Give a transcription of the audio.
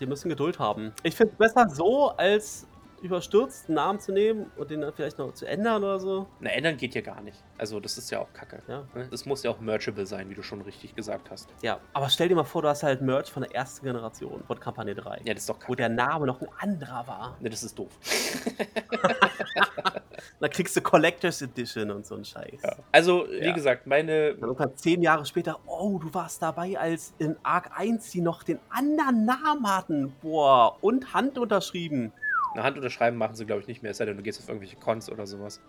Die müssen Geduld haben. Ich finde es besser so, als überstürzt einen Namen zu nehmen und den dann vielleicht noch zu ändern oder so. Na, ändern geht ja gar nicht. Also, das ist ja auch kacke. Ja. ne? Es muss ja auch merchable sein, wie du schon richtig gesagt hast. Ja, aber stell dir mal vor, du hast halt Merch von der ersten Generation von Kampagne 3, Ja, das ist doch wo kacke. der Name noch ein anderer war. Ne, das ist doof. Da kriegst du Collectors Edition und so einen Scheiß. Ja. Also, Ja. wie gesagt, meine. Dann irgendwann zehn Jahre später, oh, du warst dabei, als in Arc 1 die noch den anderen Namen hatten. Boah, und Hand unterschrieben. Eine Hand unterschreiben machen sie, glaube ich, nicht mehr. Es sei denn, du gehst auf irgendwelche Cons oder sowas.